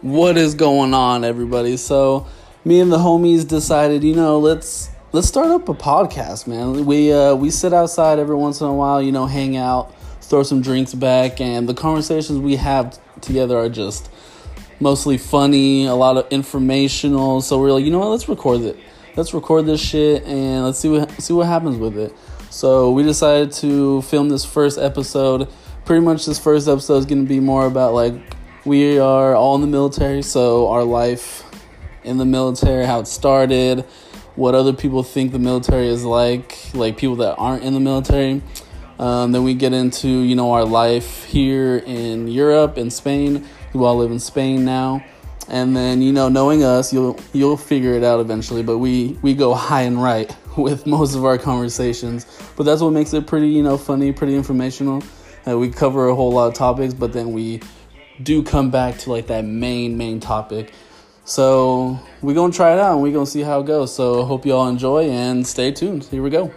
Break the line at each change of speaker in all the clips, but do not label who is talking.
what is going on everybody so me and the homies decided you know let's let's start up a podcast man we uh we sit outside every once in a while you know hang out throw some drinks back and the conversations we have together are just mostly funny a lot of informational so we're like you know what let's record it let's record this shit and let's see what see what happens with it so we decided to film this first episode pretty much this first episode is going to be more about like we are all in the military so our life in the military how it started what other people think the military is like like people that aren't in the military um, then we get into you know our life here in europe in spain we all live in spain now and then you know knowing us you'll you'll figure it out eventually but we we go high and right with most of our conversations but that's what makes it pretty you know funny pretty informational uh, we cover a whole lot of topics but then we do come back to like that main main topic so we're gonna try it out and we're gonna see how it goes so hope you all enjoy and stay tuned here we go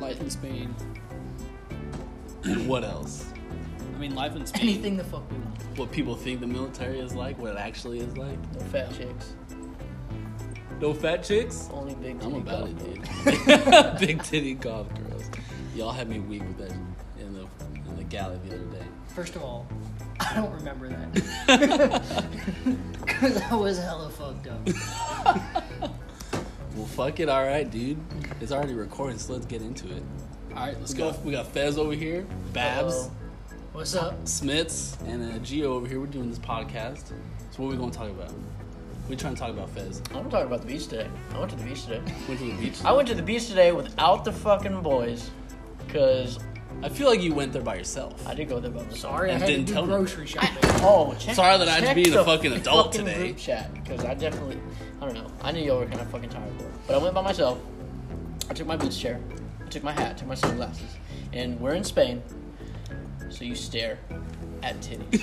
Life in Spain.
and what else
I mean, life in Spain.
Anything the fuck we want.
what people think the military is like what it actually is like
No fat chicks.
no fat chicks
Only big
i'm
titty
about
cock.
it dude big titty golf girls y'all had me weak with that in the in the galley the other day
First of all, I don't remember that. Because I was hella fucked up.
Well, fuck it. All right, dude. It's already recording, so let's get into it.
All right, let's
We
go.
got, we got Fez over here, Babs,
Uh-oh. What's up?
Smits, and uh, Gio over here. We're doing this podcast. So what are we going to talk about? We're trying to talk about Fez.
I'm talking about the beach today. I went to the beach today.
Went to the beach.
I went to the beach today without the fucking boys. Because
I feel like you went there by yourself.
I did go there by myself.
Sorry, I
And
had to
didn't
do
tell me.
grocery shopping.
Oh, check,
Sorry that I had to
check
be the fucking adult
fucking
today.
Group chat because I definitely, I don't know. I knew y'all were kind of fucking tired of it, but I went by myself. I took my beach chair, I took my hat, took my sunglasses, and we're in Spain, so you stare at titties.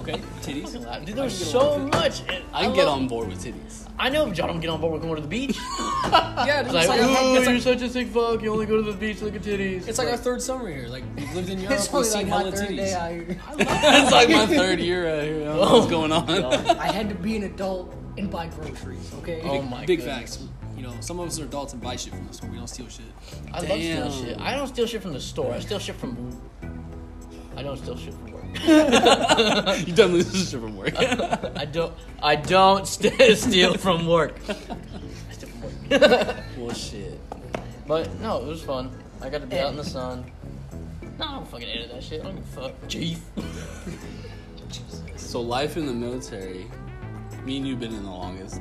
okay, titties.
Dude, there's
I can get
so
along with
much. and
I can get
love-
on board with titties.
I know if John don't get on board, we're going to the beach.
yeah, dude,
It's
it's
like,
like, our,
ooh,
third- it's
you're such
like,
a sick fuck. You only go to the beach, look at titties.
it's like our third summer here. Like we've lived in Europe.
It's only
we've
like
seen
my
hella
third
titties.
day out here.
it's like my third year out here. I don't know what's going on?
I had to be an adult and buy groceries, okay?
Oh my
Big
goodness.
facts. You know, some of us are adults and buy shit from the store. We don't steal shit.
I love stealing
Damn.
shit. I don't steal shit from the store. I steal shit from. I don't steal shit from work.
you done this shit from work.
I don't. I don't st- steal from work. I steal from work.
well, shit.
but no, it was fun. I got to be out in the sun. No, I don't fucking edit that shit. I don't give a fuck. Chief.
So life in the military. Me and you've been in the longest.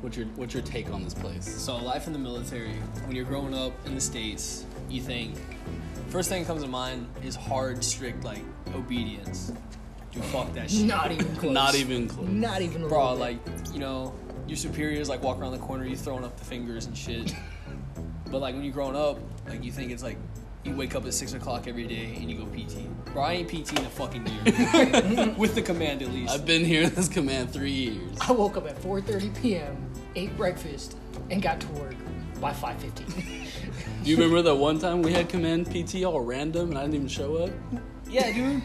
What's your what's your take on this place?
So life in the military. When you're growing up in the states, you think first thing that comes to mind is hard, strict, like obedience. Dude, fuck that shit.
Not even close.
Not even close.
Not even a
Bro,
little bit.
like, you know, your superiors like walk around the corner, you throwing up the fingers and shit. But like when you're growing up, like you think it's like you wake up at six o'clock every day and you go PT. Bro, I ain't PT in a fucking year. With the command at least.
I've been here in this command three years.
I woke up at 4:30 p.m., ate breakfast, and got to work by 5:15.
Do you remember that one time we had command PT all random and I didn't even show up?
yeah, dude.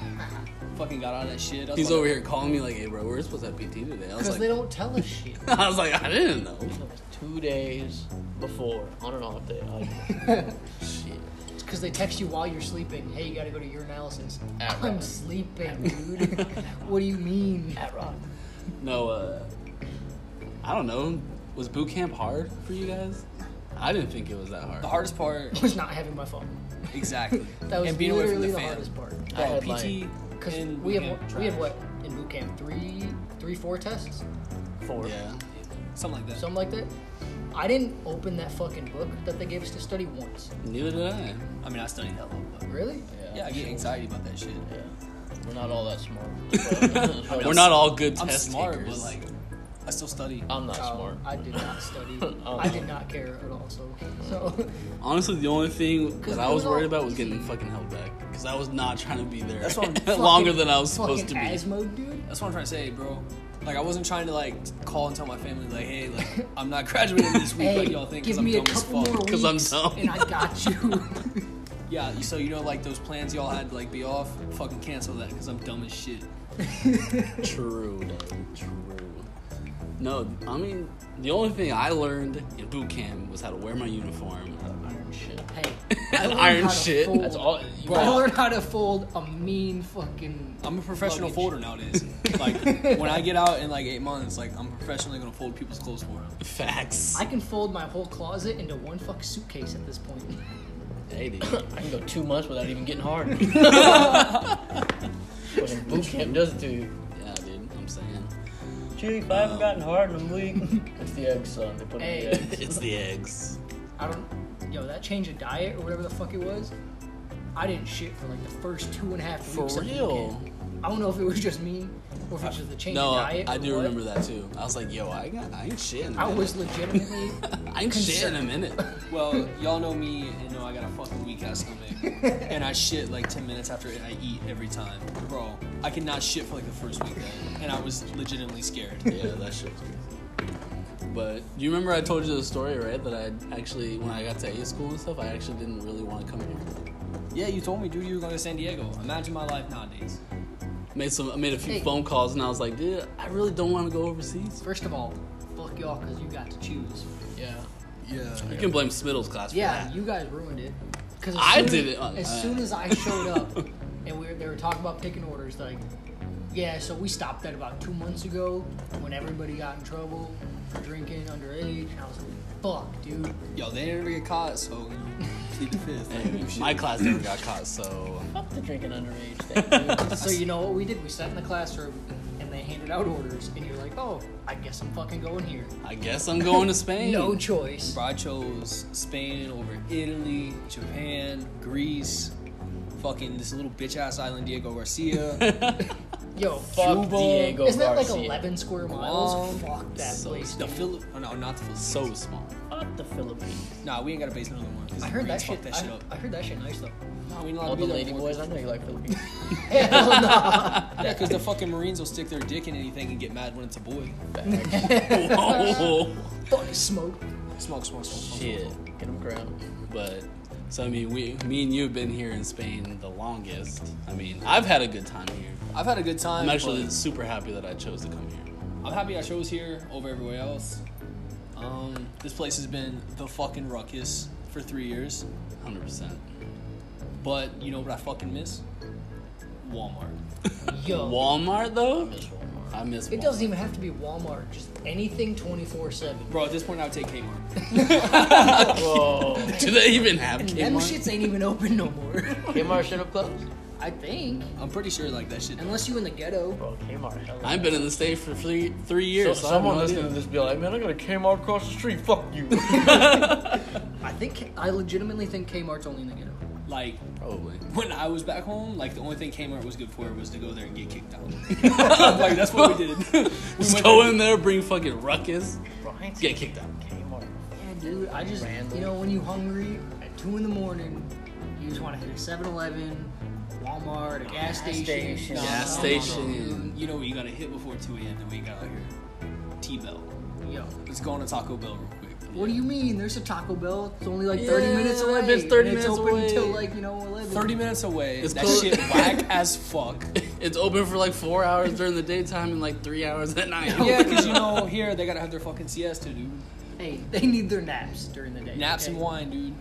fucking got out of that shit. I was
He's
like-
over here calling me like, "Hey, bro, we're supposed to have PT today." I was
Because they
like,
don't tell us shit.
I was like, I didn't know.
Oh,
That was two days before on and off day. Like,
Shit.
It's because they text you while you're sleeping. Hey, you gotta go to your analysis.
At
I'm
Rock.
sleeping, dude. what do you mean?
at rock.
No, uh, I don't know. Was boot camp hard for you guys? I didn't think it was that hard.
The hardest part
Was not having my phone.
exactly.
That was
and being away
literally
from the,
the,
fam.
hardest part.
I
Bro,
had
PT
like
Because
and
we
boot
have
camp
we had
trash.
what in boot camp three three four tests.
four.
Yeah.
something like that.
something like that. I didn't open that fucking book that they gave us to study once.
Neither did I.
I mean I studied hell but
Really?
yeah, I get anxiety about that shit.
Yeah. We're not all that smart.
We're not all good
I'm
test
smart,
takers.
but like I still study.
I'm not
Oh,
smart.
I did not study.
Oh.
I did not care at all. So, so
Honestly, the only thing that I
it
was
was all
worried about was
easy.
getting fucking held back because I was not trying to be there
That's what I'm
longer
fucking-
than I was supposed to
fucking
be.
Asthma, dude.
That's what I'm trying to say, bro. Like I wasn't trying to like call and tell my family like, hey, like I'm not graduating this week
Hey,
like y'all think
give
I'm
me a
dumb as
couple
fuck.
more
'Cause I'm
weeks,
dumb.
and I got you.
Yeah, you- so you know like those plans y'all had to like be off, fucking cancel that because I'm dumb as shit.
True, dude, true. No, I mean the only thing I learned in boot camp was how to wear my uniform
Iron shit.
hey,
and
learned
iron
how to
shit.
fold.
That's all.
Bro,
I learned how to fold a mean fucking.
I'm a professional
luggage.
folder nowadays. like when I get out in like eight months, like I'm professionally gonna fold people's clothes for them.
Facts.
I can fold my whole closet into one fuck suitcase at this point.
Hey, dude.
I can go two months without even getting hard. what a boot camp does it to you.
Yeah, dude. I'm saying
Chief, I haven't gotten hard in a week. It's the eggs, son. They put in
Hey.
the eggs.
it's the eggs.
I don't. Yo, that change of diet or whatever the fuck it was. I didn't shit for like the first two and a half
For
weeks. of the
real?
weekend. I don't know if it was just me or if it was just the change
No,
of
I,
diet.
I
or
do
what.
remember that too. I was like, yo, I got, I ain't shit. In a
I
minute.
was legitimately.
I ain't shit in a
concerned.
minute.
Well, y'all know me and know I got a fucking weak ass stomach. and I shit like 10 minutes after I eat every time. Bro, I could not shit for like the first week, though, And I was legitimately scared.
Yeah, that shit was crazy. But you remember I told you the story, right? That I actually, when I got to A school and stuff, I actually didn't really want to come here.
Yeah, you told me, dude, you were going to San Diego. Imagine my life nowadays.
Made some, I made a few
Hey.
phone calls, and I was like, dude, I really don't want to go overseas.
First of all, fuck y'all because you got to choose.
Yeah.
Yeah.
You can blame Smittle's class for
Yeah,
that.
you guys ruined it. Because
I did it on-
As
uh,
soon as I showed up, and we were, they were talking about taking orders, like, yeah, so we stopped that about two months ago when everybody got in trouble for drinking underage. And I was like, fuck, dude.
Yo, they didn't ever get caught, so, you know, plead the fifth. Like, you
My
should've-
class never got caught, so
Fuck the drinking underage thing, dude.
So you know what we did? We sat in the classroom and they handed out orders, and you're like, oh, I guess I'm fucking going here.
I guess I'm going to Spain.
No choice.
Bro, I chose Spain over Italy, Japan, Greece, fucking this little bitch ass island, Diego Garcia.
Yo,
Fuck
Cuba.
Diego
isn't that like
Garcia.
11 square miles?
Guam.
Fuck that
So
place.
the
dude.
Phil- oh, no, not the Philippines.
So small.
Fuck the Philippines.
Nah, we ain't got a basement on the one. 'cause
I heard that
Marines
shit.
fucked that
I,
shit up.
I heard that shit nice though.
No, we ain't allowed
All
to
the
be there
lady
for-
boys, I know you like Philippines.
Hell no.
Yeah, because the fucking Marines will stick their dick in anything and get mad when it's a boy.
Whoa.
Fucking smoke.
Smoke, smoke, smoke, smoke.
Oh, Shit.
Get them ground.
But so I mean, we, me and you have been here in Spain the longest. I mean, I've had a good time here.
I've had a good time.
I'm actually
but
super happy that I chose to come here.
I'm happy I chose here over everywhere else. Um, this place has been the fucking ruckus for three years.
100. percent
But you know what I fucking miss? Walmart.
Yo.
Walmart though,
Miss Walmart.
I miss.
it
Walmart.
doesn't even have to be Walmart. Just anything 24 7.
Bro, at this point I would take Kmart.
Whoa.
Do they even have
Them
Kmart?
shits ain't even open no more.
Kmart shut up closed?
I think.
I'm pretty sure like that shit.
Unless you in the ghetto.
Bro, Kmart hell.
I've been in the state for three three
So,
years. So,
someone
I have no
listening to
idea.
this be like, man, I got a Kmart across the street. Fuck you.
I think. I legitimately think Kmart's only in the ghetto.
Like
Probably.
when I was back home, like the only thing Kmart was good for was to go there and get kicked out. like that's what we did. We
Just
went
go
there-
in there, bring fucking ruckus,
Bro, I ain't
get kicked out.
Kmart.
Yeah, dude. I just.
Randall.
You know, when you hungry at 2 in the morning, you just want to hit a 7 Eleven, Walmart, a gas
Gas
station.
station.
No,
Gas
no, no, no.
station.
You know what you gotta hit before 2 a.m. and we got out here. T Bell.
Yo.
Let's go on a Taco Bell real quick.
What do you mean? There's a Taco Bell. It's only like 30
Yeah,
minutes away.
it's 30
and
minutes
It's open
away.
until like, you know, 11.
30 minutes away.
It's
that
close-
shit whack as fuck.
It's open for like four hours during the daytime and like three hours at night.
Yeah, because you know, here they gotta have their fucking siesta, dude.
Hey, they need their naps during the day.
Naps
okay?
and wine, dude.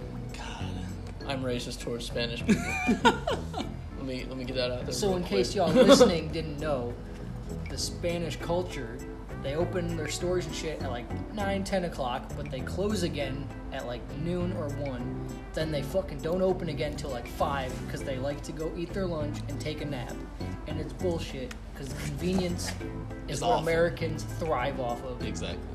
I'm racist towards Spanish people. let me let me get that out there.
So,
real
in
quick.
case y'all listening didn't know, the Spanish culture, they open their stores and shit at like 9, 10 o'clock, but they close again at like noon or 1. Then they fucking don't open again till like 5 because they like to go eat their lunch and take a nap. And it's bullshit because convenience is
It's
what
awful.
Americans thrive off of.
exactly.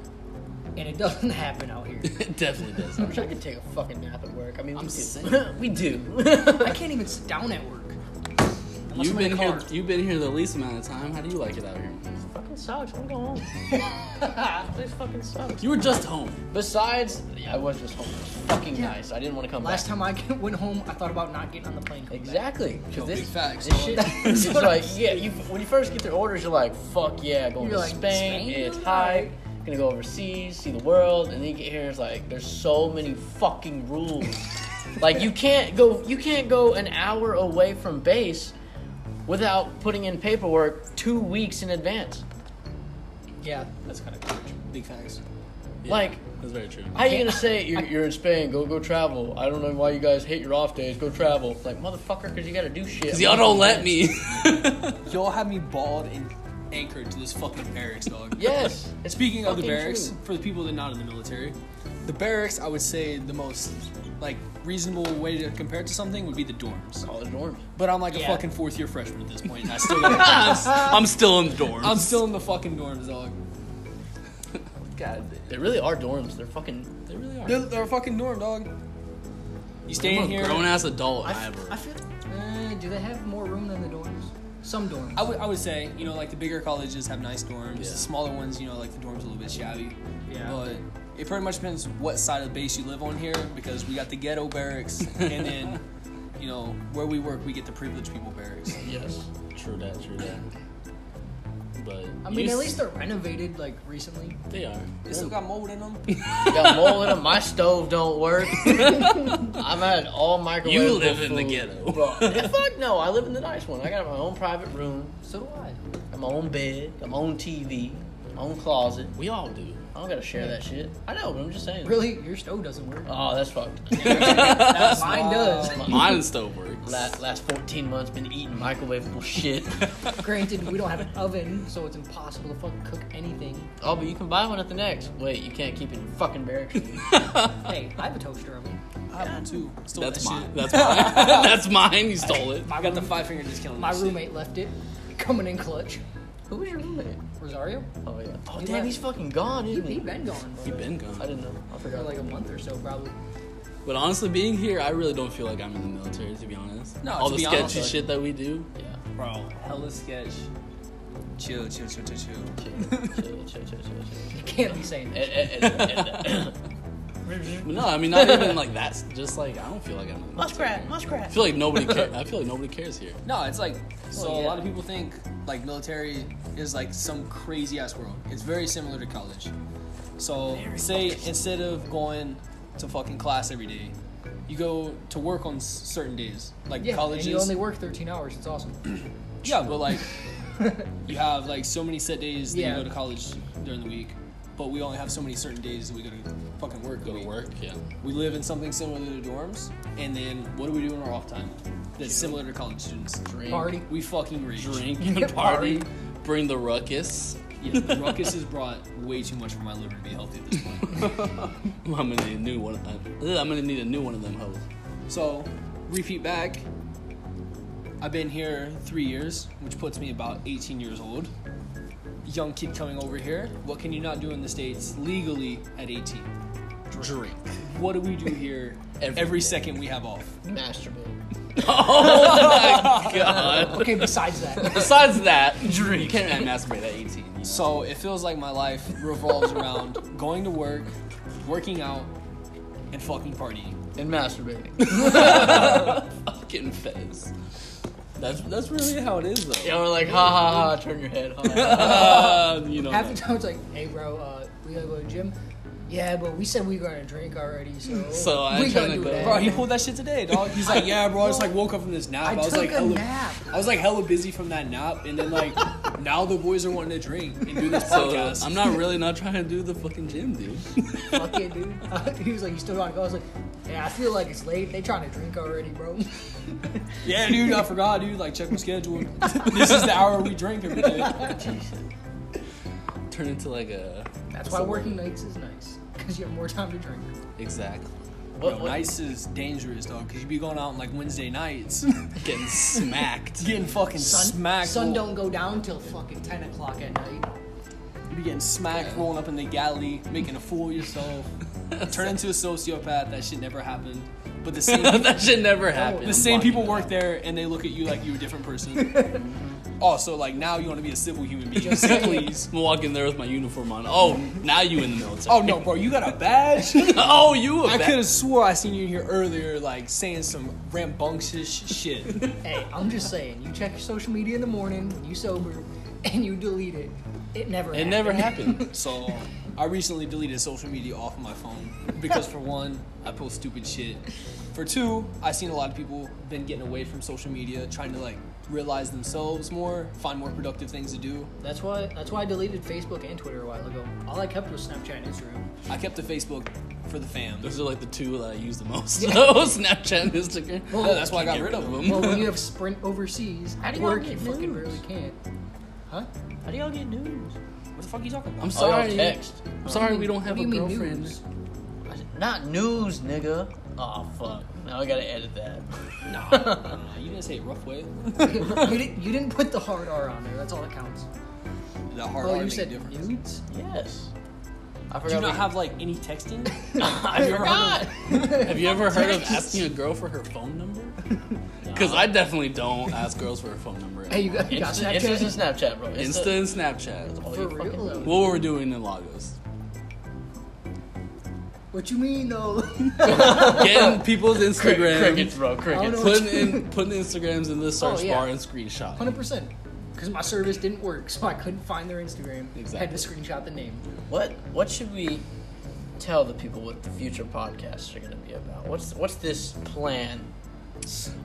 And it doesn't happen out here.
It definitely does.
I wish I could take a fucking nap at work. I mean, we
I'm
do.
sick.
we do.
I can't even sit down at work. Unless
You've
I'm in
been
the
here.
car.
You've been here the least amount of time. How do you like it out here?
fucking sucks. I'm going home. This place fucking sucks.
You were just home.
Besides, yeah, I was just home. It was fucking
Yeah.
nice. I didn't want to come
Last
back.
time I went home, I thought about not getting on the plane. coming back.
Exactly. Because
Yo, big
this,
facts.
this shit,
That's
it's
what I'm
like, yeah, you, when you first get their orders, you're like, fuck yeah, going
You're
to
like,
Spain,
Spain?
it's high. Gonna go overseas, see the world, and then you get here. It's like there's so many fucking rules. like you can't go, you can't go an hour away from base without putting in paperwork two weeks in advance.
Yeah.
That's kind of cool. Big facts. Yeah,
Like,
that's very true.
how you gonna say you're, you're in Spain? Go go travel. I don't know why you guys hate your off days. Go travel. Like motherfucker, because you gotta do shit.
Y'all don't let me.
Y'all have me balled and anchored to this fucking barracks, dog.
Yes. It's
Speaking of the
fucking
barracks,
true.
for the people that are not in the military, the barracks, I would say the most like reasonable way to compare it to something would be the dorms.
All the dorms.
But I'm like a
Yeah.
fucking fourth year freshman at this point, and I still I'm,
I'm still in the dorms.
I'm still in the fucking dorms, dog. God,
They really are dorms. They're fucking. They really are.
they're, they're a fucking dorm, dog. You stay in here.
grown ass adult
I,
I
f- I
ever.
feel. Uh, do they have more room than the dorms? Some dorms.
I would, I would say, you know, like the bigger colleges have nice dorms. The
Yeah.
smaller ones, you know, like the dorms a little bit shabby.
Yeah.
But it pretty much depends what side of the base you live on here because we got the ghetto barracks and then, you know, where we work, we get the privileged people barracks.
Yes.
True that, true that. But
I mean,
you
at
s-
least they're renovated like recently.
they are.
They still got mold in them.
Got mold in 'em. My stove don't work. I'm at all microwave.
You live in the ghetto.
Bro, fuck no. I live in the nice one. I got my own private room,
So do I.
got my own bed, got my own TV, my own closet.
We all do.
I don't gotta share that shit. I know, but I'm just saying.
Really, your stove doesn't work.
Oh, that's fucked.
Mine does.
Mine still works.
last, last 14 months been eating microwavable shit.
Granted, we don't have an oven, so it's impossible to fucking cook anything.
oh, but you can buy one at the next. Wait, you can't keep it in your fucking barracks.
Hey, I have a toaster oven.
I have one too. Still
That's
that
mine.
shit.
That's mine. That's mine. You stole it.
I got the five finger discount.
My roommate left it, coming in clutch.
Who was your roommate?
Rosario,
Oh yeah. Oh
He
damn,
left.
he's fucking gone,
he
isn't he?
he been gone
You've been
I
gone.
didn't know. I
for
forgot.
like a month or so probably.
But honestly, being here, I really don't feel like I'm in the military, to be honest.
No,
all
to
the
be
sketchy
honest, like-
shit that we do.
yeah.
Bro, hella sketch. Chill, chill, chill, chill, chill.
Chill, chill, chill, chill, chill.
You can't be saying that.
Ed, ed, ed, ed.
But no, I mean not even like that's just like I don't feel like I'm in the military. I
muskrat.
feel like nobody. Ca- I feel like nobody cares here.
No, it's like
Oh,
so.
Well,
A
yeah.
lot of people think like military is like some crazy ass world. It's very similar to college. So say instead of going to fucking class every day, you go to work on s- certain days, like
Yeah,
colleges.
and you only work 13 hours. It's awesome.
yeah, but like you have like so many set days that
Yeah.
you go to college during the week, but we only have so many certain days that we go to fucking work.
Go
a
to
week.
work. Yeah.
We live in something similar to the dorms, and then what do we do in our off time? That's similar to college students.
Drink.
Party.
We fucking rage.
Drink and party. Bring the ruckus.
Yeah, the ruckus has brought way too much for my liver to be healthy at this point.
I'm gonna need a new one. of- Ugh, I'm gonna need a new one of them hoes.
So, repeat back. I've been here three years, which puts me about 18 years old. Young kid coming over here. What can you not do in the States legally at 18?
Drink.
What do we do here
Every
every,
day.
second we have off?
Masturbate.
God.
Okay, besides that,
Besides that, drink. You can't masturbate at 18. you know?
So, it feels like my life revolves around going to work, working out, and fucking partying.
And masturbating.
fucking fez. That's that's really how it is though.
yeah, we're like, ha ha ha, turn your head. Ha, ha, ha.
Uh, you know.
half the time it's like, hey, bro, uh, we gotta go to the gym. Yeah, but we said we were gonna drink already, so,
So I
we
tryna
do
go-
that.
Bro, he pulled that shit today, dog. He's like, yeah, bro. I just like woke up from this nap.
I
I, was
took
like,
a
hella,
nap.
I was like hella busy from that nap, and then like now the boys are wanting to drink and do this
So
podcast.
I'm not really not trying to do the fucking gym, dude.
Fuck it, dude. he was like, you still gotta go. I was like, yeah, I feel like it's late. They trying to drink already, bro.
yeah, dude, I forgot, dude. Like check my schedule. this is the hour we drink every day.
Turn into like a
That's why working nights is nice, because you have more time to drink.
exactly
What,
Yo,
what,
nights is dangerous, dog, because you be going out on like Wednesday nights,
getting smacked.
getting fucking
Sun,
smacked.
sun
roll-
don't go down till fucking 10 o'clock at night.
You be getting smacked, rolling up in the galley, making a fool of yourself. Turn into a sociopath. That shit never happened. But the same.
that shit never happened.
The same people work there and they look at you like you're a different person. oh, so like now you want to be a civil human being?
Just
Say
saying.
please.
I'm walking there with my uniform on. Oh, now you in the military.
Oh no, bro, you got a badge.
oh, you. a
I
ba-
could have swore I seen you here earlier, like saying some rambunctious sh- shit.
Hey, I'm just saying, you check your social media in the morning, you sober, and you delete it. It never
It never happened.
So I recently deleted social media off my phone because for one, I post stupid shit. For two, I seen a lot of people been getting away from social media, trying to like realize themselves more, find more productive things to do.
That's why that's why I deleted Facebook and Twitter a while ago. All I kept was Snapchat and Instagram.
I kept the Facebook for the fam.
Those are like the two that I use the most. Oh, Snapchat and Instagram.
Oh.
Yeah, that's why I got
Get
rid of them.
Well, when you have Sprint overseas,
How do
at
y'all
work
get
you fucking
news?
barely can't. Huh?
How do y'all get news?
What the fuck are you talking about?
I'm
Oh, y'all
sorry.
text.
I'm sorry we don't
What
have
do
a
you mean
girlfriend.
news?
I said, Not news, nigga. Oh fuck. Now I gotta edit that.
Nah, nah, you didn't say it rough way.
you, didn't, you didn't put the hard R on there. That's all that counts.
The hard
Oh,
R
you
make a
said
difference.
nudes?
Yes. I forgot.
Do you not
we-
have like any texting?
I forgot.
Have you ever heard of asking a girl for her phone number? Because I definitely don't ask girls for her phone number.
Hey, you got, you got
It's it's
Snapchat?
just a Snapchat, bro. It's
Insta
the-
and Snapchat.
all
For
you fucking
real?
need.
What were we doing in Lagos?
What you mean though?
Getting people's
Crick-
Instagram.
Crickets, bro. Crickets.
know.
Putting in putting Instagrams in the search
Oh, yeah.
bar and screenshot.
Hundred percent. Because my service didn't work, so I couldn't find their Instagram. Had to
Exactly.
screenshot the name.
What What should we tell the people what the future podcasts are gonna be about? What's What's this plan?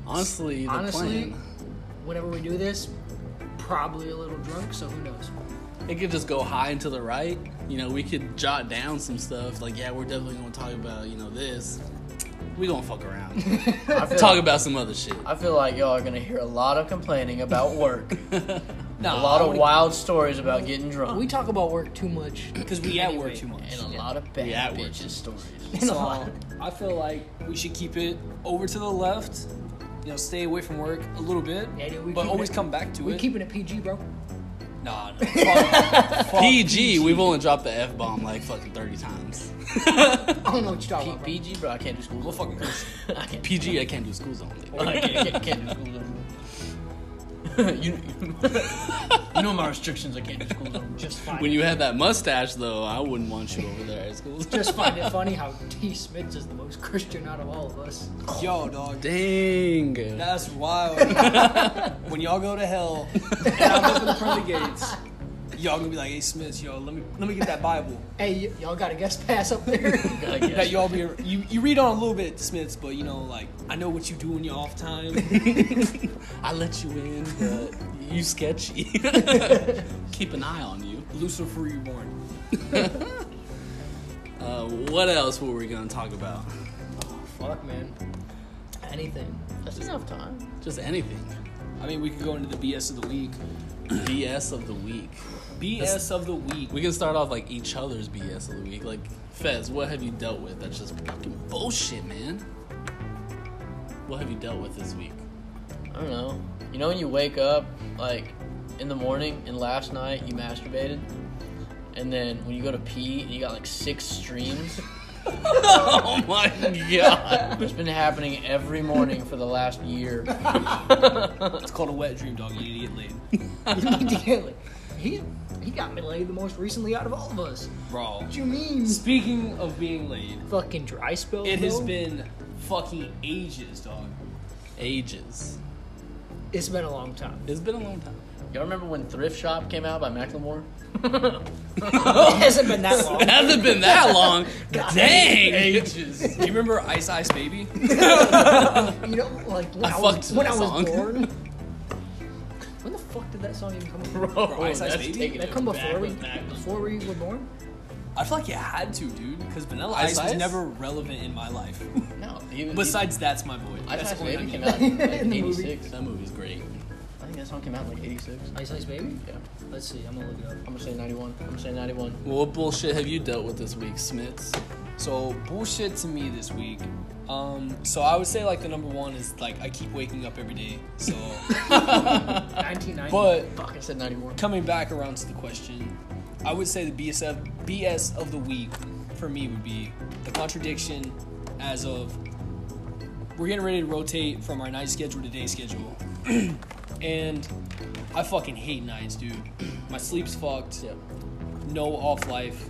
Honestly, the
Honestly,
plan
whenever we do this, probably a little drunk, so who knows?
it could just go high and to the right. You know, we could jot down some stuff. Like, yeah, we're definitely gonna talk about you know this. We gonna fuck around.
I feel,
talk about some other shit.
I feel like y'all are gonna hear a lot of complaining about work.
Nah,
a lot of wild stories about getting drunk.
We talk about work too much.
because we at work
Anyway.
too much.
and a lot of bad
Yeah, it works.
bitches stories.
So I feel like we should keep it over to the left. You know, stay away from work a little bit,
Yeah, dude, we
but
keep
always
it-
come back to
We
it.
keeping it PG, bro.
nah, no, fuck, fuck
PG, we've only dropped the F bomb like fucking 30 times.
I don't know what you're talking
P-
about. Bro.
PG, bro. I can't do school.
We'll fucking curse.
I can't.
PG, I can't do school zone.
I can't, can't do school zone. you, you know my restrictions. I can't do school zone.
Just find
When
it.
you had that mustache, though, I wouldn't want you over there at school.
Just find it funny how T. Smith is the most Christian out of all of us.
Yo, dog.
Dang.
That's wild. when y'all go to hell, and I'm up in front of the gates. Y'all gonna be like, "Hey, Smith, yo, let me let me get that Bible."
Hey, y- y'all got a guest pass up there?
I
That
guess.
y'all be you, you read on a little bit, Smiths, but you know, like I know what you do in your off time.
I let you in, but you sketchy. Keep an eye on you.
Lucifer reborn.
Uh, what else were we gonna talk about?
Fuck, man. Anything.
That's enough time.
Just anything.
I mean, we could go into the BS of the week.
BS of the week.
BS of the week.
We can start off like each other's BS of the week. Like Fez, what have you dealt with? That's just fucking bullshit, man. What have you dealt with this week?
I don't know. You know when you wake up like in the morning and last night you masturbated, and then when you go to pee and you got like six streams.
Oh my god.
It's been happening every morning for the last year.
It's called a wet dream, dog. You need to get laid.
You need to get like, he he got me laid the most recently out of all of us.
Bro.
What you mean?
Speaking of being laid,
Fucking dry spell.
it has
bro?
been fucking ages, dog.
Ages.
It's been a long time.
It's been a long time.
Y'all remember when Thrift Shop came out by Macklemore?
It hasn't been that long.
It hasn't been that long. Dang.
Ages.
Do you remember Ice Ice Baby?
You know, like when
I
I,
fucked
was, when
that
I
song.
was born. When the fuck did that song even come? Bro,
Bro, Ice Ice
Oh, that's
Baby?
taking
that
it
come
back
before we
with Macklemore.
before we were born?
I feel like you had to, dude, because Vanilla
Ice
Ice, was
Ice?
never relevant in my life.
No, even,
Besides, that's my boy.
I
That's
think
the only
Baby
time
came
you-
out in like
In the movie.
86.
That movie's great.
I think that song came out in like 86.
Ice Ice Baby.
Yeah.
Let's see. I'm gonna look it up.
I'm gonna say 91. I'm gonna say 91.
Well, what bullshit have you dealt with this week, Smiths?
So bullshit to me this week. Um, so I would say like the number one is like I keep waking up every day. So
1990.
But-
Fuck, I said 91.
coming back around to the question, I would say the BSF BS of the week for me would be the contradiction as of we're getting ready to rotate from our night schedule to day schedule. And I fucking hate nights, dude. My sleep's fucked.
Yeah.
No off life.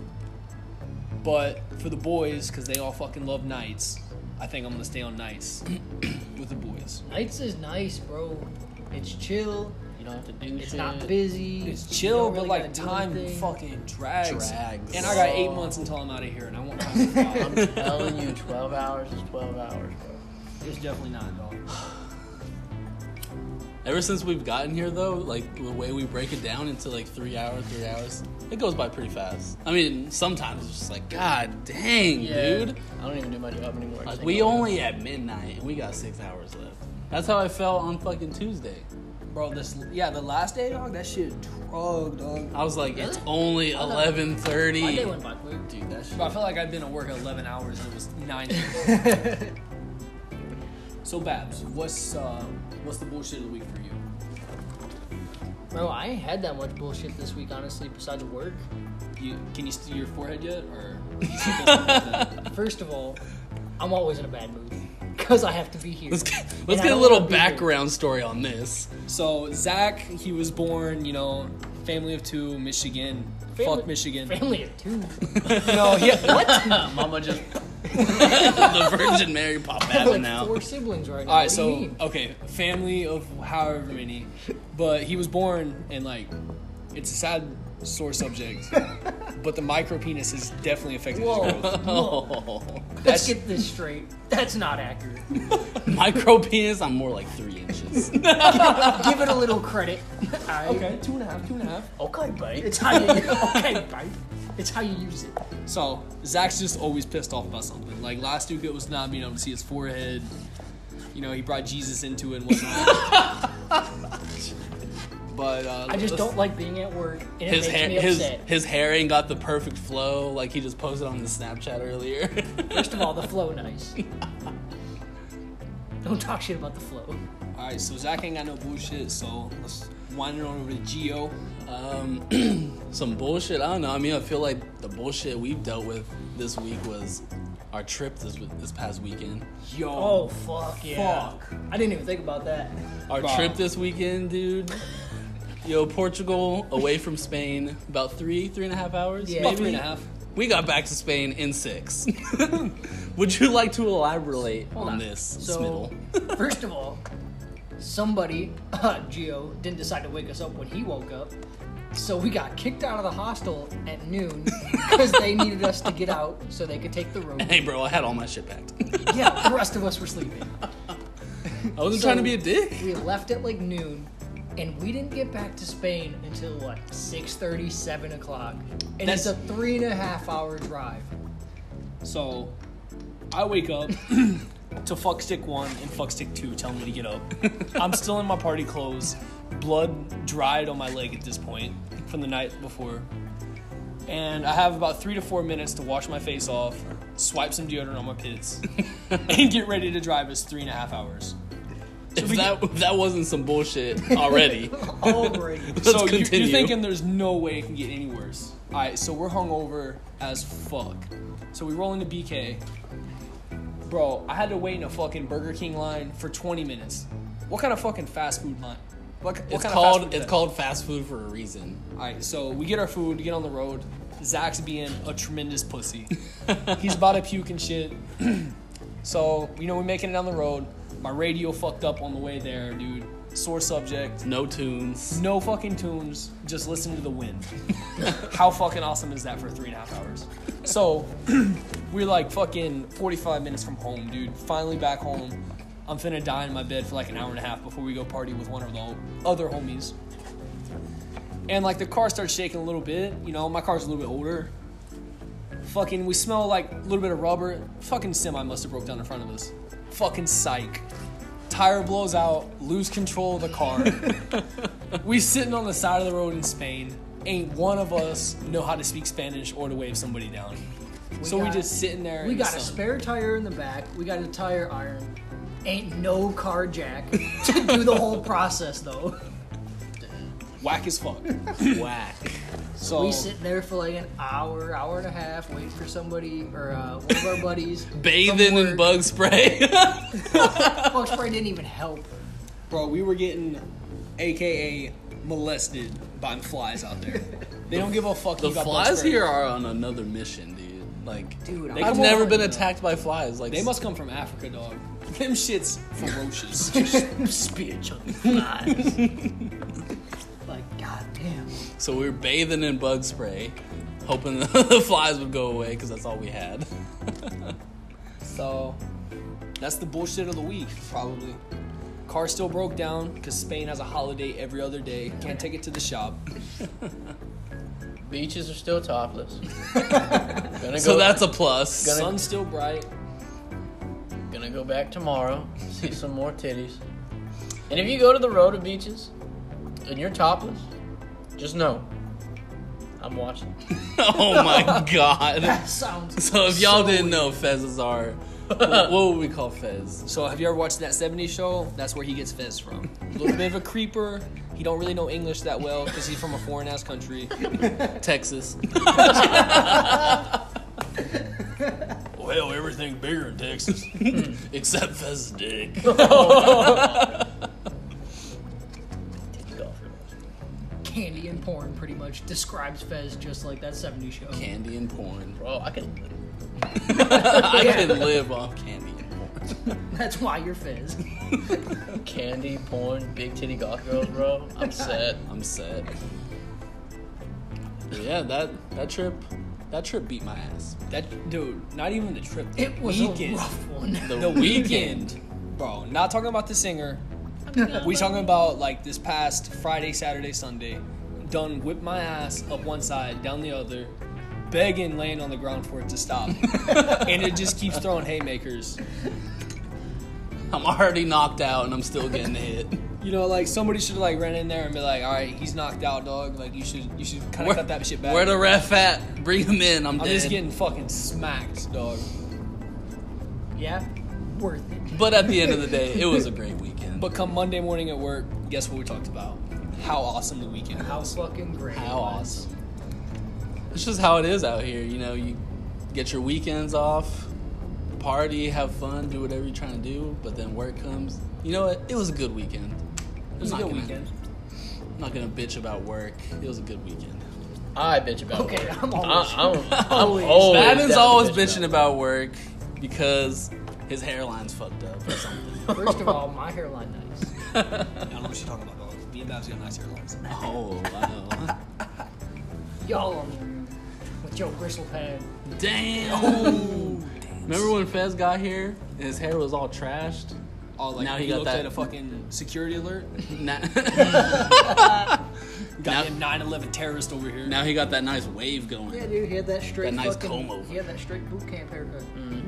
But for the boys, because they all fucking love nights, I think I'm gonna stay on nights with the boys.
Nights is nice, bro. It's chill.
You don't have to do
It's
shit.
not busy.
It's
you
chill,
don't
but
really
like
gotta do
time
anything.
fucking drags.
Drags.
And I got eight
So-
months until I'm out of here, and I won't have to fly.
I'm telling you, 12 hours is 12 hours, bro.
It's definitely not, dog.
Ever since we've gotten here, though, like the way we break it down into like three hours, three hours, it goes by pretty fast. I mean, sometimes it's just like, God dang, dude.
I don't even do my job anymore. I
Like,
just
we
go
only at midnight and we got six hours left. That's how I felt on fucking Tuesday.
Bro, this yeah, the last day, dog, that shit drug, dog.
I was like, it's
Really?
only
thought-
eleven
My day
thirty.
went by quick.
Dude, that shit.
Bro, I feel like I've been at work 11 hours and it was 9. so Babs, what's uh, what's the bullshit of the week for you?
Bro, I ain't had that much bullshit this week, honestly, besides work.
You can you steal your forehead yet, or
First of all, I'm always in a bad mood because I have to be here.
Let's get,
And
let's get
I
a
don't
little
wanna be here.
background story on this.
so Zach? He was born, you know, family of two, Michigan.
Family-
Fuck Michigan.
Family of two.
No, yeah.
home. Mama just.
the Virgin Mary pop
I have
out
like
now.
four siblings right now.
All
What
right,
do you
so
mean?
okay, family of however many, but he was born and like, it's a sad sore subject, but the micro penis has definitely affected his
Whoa.
growth.
Oh,
Let's get this straight. That's not accurate.
micro penis. I'm more like three inches.
Give it a little credit. I,
Okay, two and a half, two and a half.
Okay, buddy.
It's how you okay, bite. It's how you use it.
So Zach's just always pissed off about something. Like last week, it was not being able to see his forehead. You know, he brought Jesus into it and whatnot. but uh,
I just
let's-
don't like being at work, and it
His
makes
hair,
me
his
upset.
his hair ain't got the perfect flow. Like he just posted on the Snapchat earlier.
First of all, the flow nice. Don't talk shit about the flow.
All right, so Zach ain't got no bullshit. So let's wind it on over to Geo.
um, some bullshit. I don't know. I mean, I feel like the bullshit we've dealt with this week was our trip this this past weekend.
Yo,
Oh fuck yeah!
Fuck.
I didn't even think about that.
Our
Wow.
trip this weekend, dude. Yo, Portugal away from Spain, about three, three and a half hours.
Yeah.
about
maybe?
three and a half.
We got back to Spain in six. Would you like to elaborate on, this,
So, first of all, somebody, uh, Geo, didn't decide to wake us up when he woke up. So we got kicked out of the hostel at noon because they needed us to get out so they could take the room.
Smiddle? Hey, bro, I had all my shit packed.
Yeah, the rest of us were sleeping.
I wasn't
So-
trying to be a dick.
We left at like noon, and we didn't get back to Spain until what 6:30, 7 o'clock, and
That's-
it's a three and a half hour drive.
So I wake up to fuck stick one and fuck stick two telling me to get up. I'm still in my party clothes, blood dried on my leg at this point from the night before. And I have about three to four minutes to wash my face off, swipe some deodorant on my pits, and get ready to drive us three and a half hours.
If
we
that, if that wasn't some bullshit already.
Already,
Let's
so you're,
continue.
you're thinking there's no way it can get any worse. All right, so we're hungover as fuck. So we roll into BK. Bro, I had to wait in a fucking Burger King line for 20 minutes. What kind of fucking fast food line? What, what
it's
kind of fast food
called
is
it's
that?
called fast food for a reason.
All right, so we get our food, get on the road. Zach's being a tremendous pussy. He's about to puke and shit. so you know we're making it down the road. My radio fucked up on the way there, dude. Sore subject.
No tunes.
No fucking tunes, just listen to the wind. How fucking awesome is that for three and a half hours? So, we're like fucking 45 minutes from home, dude. Finally back home. I'm finna die in my bed for like an hour and a half before we go party with one of the other homies. And like the car starts shaking a little bit. You know, my car's a little bit older. Fucking, we smell like a little bit of rubber. Fucking semi must have broke down in front of us. Fucking psych. Tire blows out, lose control of the car. we sitting on the side of the road in Spain. Ain't one of us know how to speak Spanish or to wave somebody down. so we
got-
just sitting there.
we
in the
got a
sun.
spare tire in the back. We got a tire iron. Ain't no car jack to do the whole process though.
whack as fuck.
Whack.
So
We sit there for like an hour, hour and a half, waiting for somebody or uh, one of our buddies. from
Bathing in
work.
bug spray.
Bug spray didn't even help.
bro, we were getting aka molested by flies out there. They don't give a fuck.
The
about
flies
Blacksburg.
here are on another mission, dude. Like,
Dude,
they
I'm
have never
over
been
it.
attacked by flies. Like,
They must come from Africa, dog. Them shits ferocious.
Spear chunky flies.
Like, goddamn.
So we were bathing in bug spray, hoping the flies would go away because that's all we had.
so that's the bullshit of the week, probably. Car still broke down because Spain has a holiday every other day. Can't take it to the shop.
Beaches are still topless. gonna
So
go,
that's a plus.
Gonna-
Sun's still bright.
gonna go back tomorrow, see some more titties. And if you go to the road of beaches and you're topless, just know I'm watching.
Oh my god.
That sounds.
So if y'all didn't know, Fez is our. What would we call Fez?
So have you ever watched that 70s show? That's where he gets Fez from. A little bit of a creeper. He don't really know English that well because he's from a foreign ass country.
Texas.
Well, everything bigger in Texas.
Hmm. Except Fez's dick.
Candy and porn pretty much describes Fez just like that 70s show.
Candy and porn.
Bro, I could.
I can live off candy and porn.
That's why you're Fez.
Candy, porn, big titty goth girls, bro. I'm set.
I'm set. But yeah, that that trip, that trip beat my ass.
That dude, not even the trip. The
It was
weekend.
a rough one.
The,
The
weekend.
weekend, bro. Not talking about the singer. We talking about like this past Friday, Saturday, Sunday. Done whipped my ass up one side, down the other, begging, laying on the ground for it to stop, and it just keeps throwing haymakers.
I'm already knocked out and I'm still getting hit.
You know, like somebody should have like ran in there and be like, "All right, he's knocked out, dog. Like you should, you should kind of cut that shit back."
Where the ref at? Bring him in. I'm,
I'm
dead.
just getting fucking smacked, dog.
Yeah, worth it.
But at the end of the day, it was a great weekend.
But come Monday morning at work, guess what we talked about? How awesome the weekend
How
was.
fucking great.
how awesome! It's just how it is out here. You know, you get your weekends off, party, have fun, do whatever you're trying to do. But then work comes. You know what? It was a good weekend.
It was a
I'm not
good
gonna-
weekend.
I'm not gonna bitch about work. It was a good weekend.
I bitch about
Okay,
work.
I'm always-
I, I'm, I'm
Always.
Oh,
always down
Batman's
to
always
bitch
bitching about work because his hairline's fucked up or something.
First of all, my hairline nice.
I don't know what you're talking about, dog. Me and Babs got nice hairlines.
oh wow!
Y'all on there with your bristle pad.
Damn.
Oh,
Remember when Fez got here and his hair was all trashed?
Oh, like
Now
now
he
he,
got
looked
that-
at a fucking security alert.
Now,
Got
now,
him 9/11 terrorist over here.
now he got that nice wave going.
Yeah, dude, he had that straight.
That nice
fucking,
comb over. Mm-hmm.
He had that straight boot camp haircut.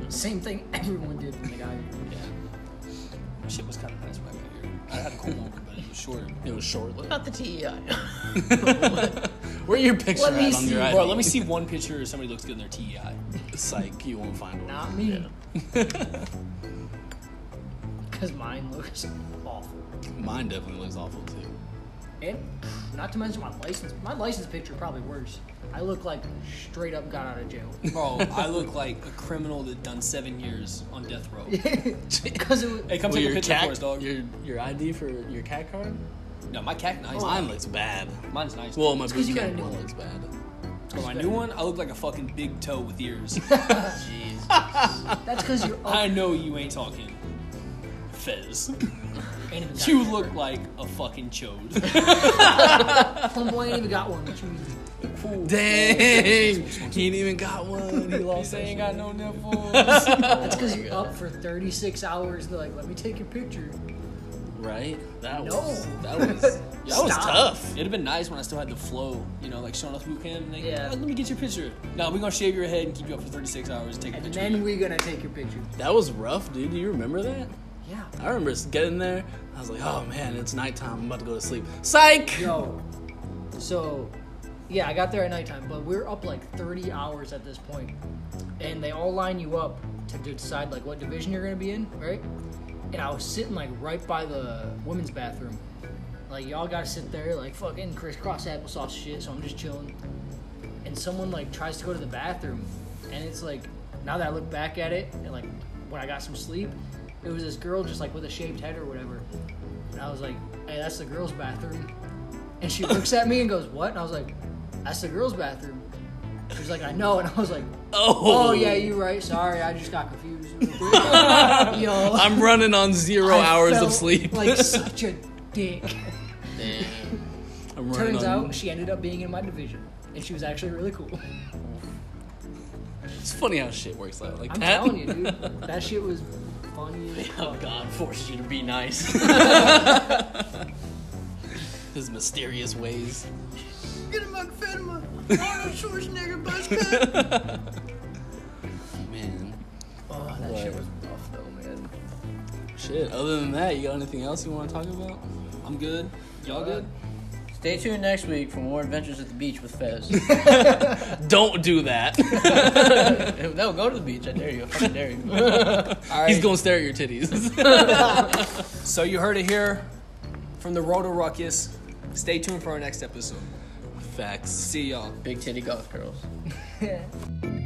Same thing everyone did when they got here.
Shit was kind of nice when I got here. I had a cool over, but it was short.
It was short lived.
About the
E
TEI.
Where your picture
Let me
at on
see,
your ID?
Bro, let me see one picture of somebody who looks good in their E TEI.
Psych, you won't find one.
Not me. Because mine looks awful.
Mine definitely looks awful too.
And not to mention my license. My license picture probably worse. I look like straight up got out of jail.
Bro, I look like a criminal that done seven years on death row.
Because it was,
Hey, come
Well,
take a
your
picture
cat,
for us, dog.
your your ID for your cat card?
No, my cat nice.
Mine looks bad.
Mine's nice.
Oh, Well, my
because
boot
you got a
camp
new
one
one.
looks bad.
for my new one, I look like a fucking big toe with ears.
Jeez.
that's because you're up.
I know you ain't talking, Fez.
Ain't even got
You
one.
look like a fucking chode.
Homeboy ain't even got one. What you mean?
Oh,
Dang, he ain't even got one. He lost.
These ain't got no nipples.
That's because you're up for 36 hours. They're like, let me take your picture.
Right? That
No.
was that was that was
Stop.
tough.
It'd have been nice when I still had the flow, you know, like showing up boot camp. Like,
Yeah.
yeah. Let me get your picture. No, we're gonna shave your head and keep you up for 36 hours. And take a
And
picture.
then we're going to take your picture.
That was rough, dude. Do you remember that?
Yeah.
I remember getting there. I was like, oh man, it's nighttime. I'm about to go to sleep. Psych.
Yo. So, yeah, I got there at nighttime, but we're up like 30 hours at this point. And they all line you up to decide like what division you're going to be in, right? And I was sitting like right by the women's bathroom. Like, y'all got to sit there, like fucking crisscross applesauce shit. So I'm just chilling. And someone like tries to go to the bathroom. And it's like, now that I look back at it, and like when I got some sleep, it was this girl just like with a shaved head or whatever And I was like, hey, that's the girls' bathroom. And she looks at me and goes, what? And I was like, that's the girls' bathroom. She's like, I know. And I was like,
Oh,
oh, yeah, you're right. Sorry, I just got confused. Yo.
I'm running on zero
I
hours of
felt
sleep.
like such a dick.
Damn.
I'm running
Turns
on-
out she ended up being in my division, and she was actually really cool.
It's funny how shit works out like
I'm
that.
telling you, dude, that shit was funny. as
Oh
fuck.
God forces you to be nice.
His mysterious ways.
Get him up, fed him up. Schwarzenegger buzz
Man,
Oh, that shit was rough though, man.
shit. Other than that, you got anything else you want to talk about? I'm good. Y'all good?
Stay tuned next week for more adventures at the beach with Fez.
Don't do that.
no, go to the beach. I dare you. I fucking dare you. Uh,
He's gonna stare at your titties.
So you heard it here from the Roto Ruckus. Stay tuned for our next episode.
Facts.
See y'all.
Big titty golf girls.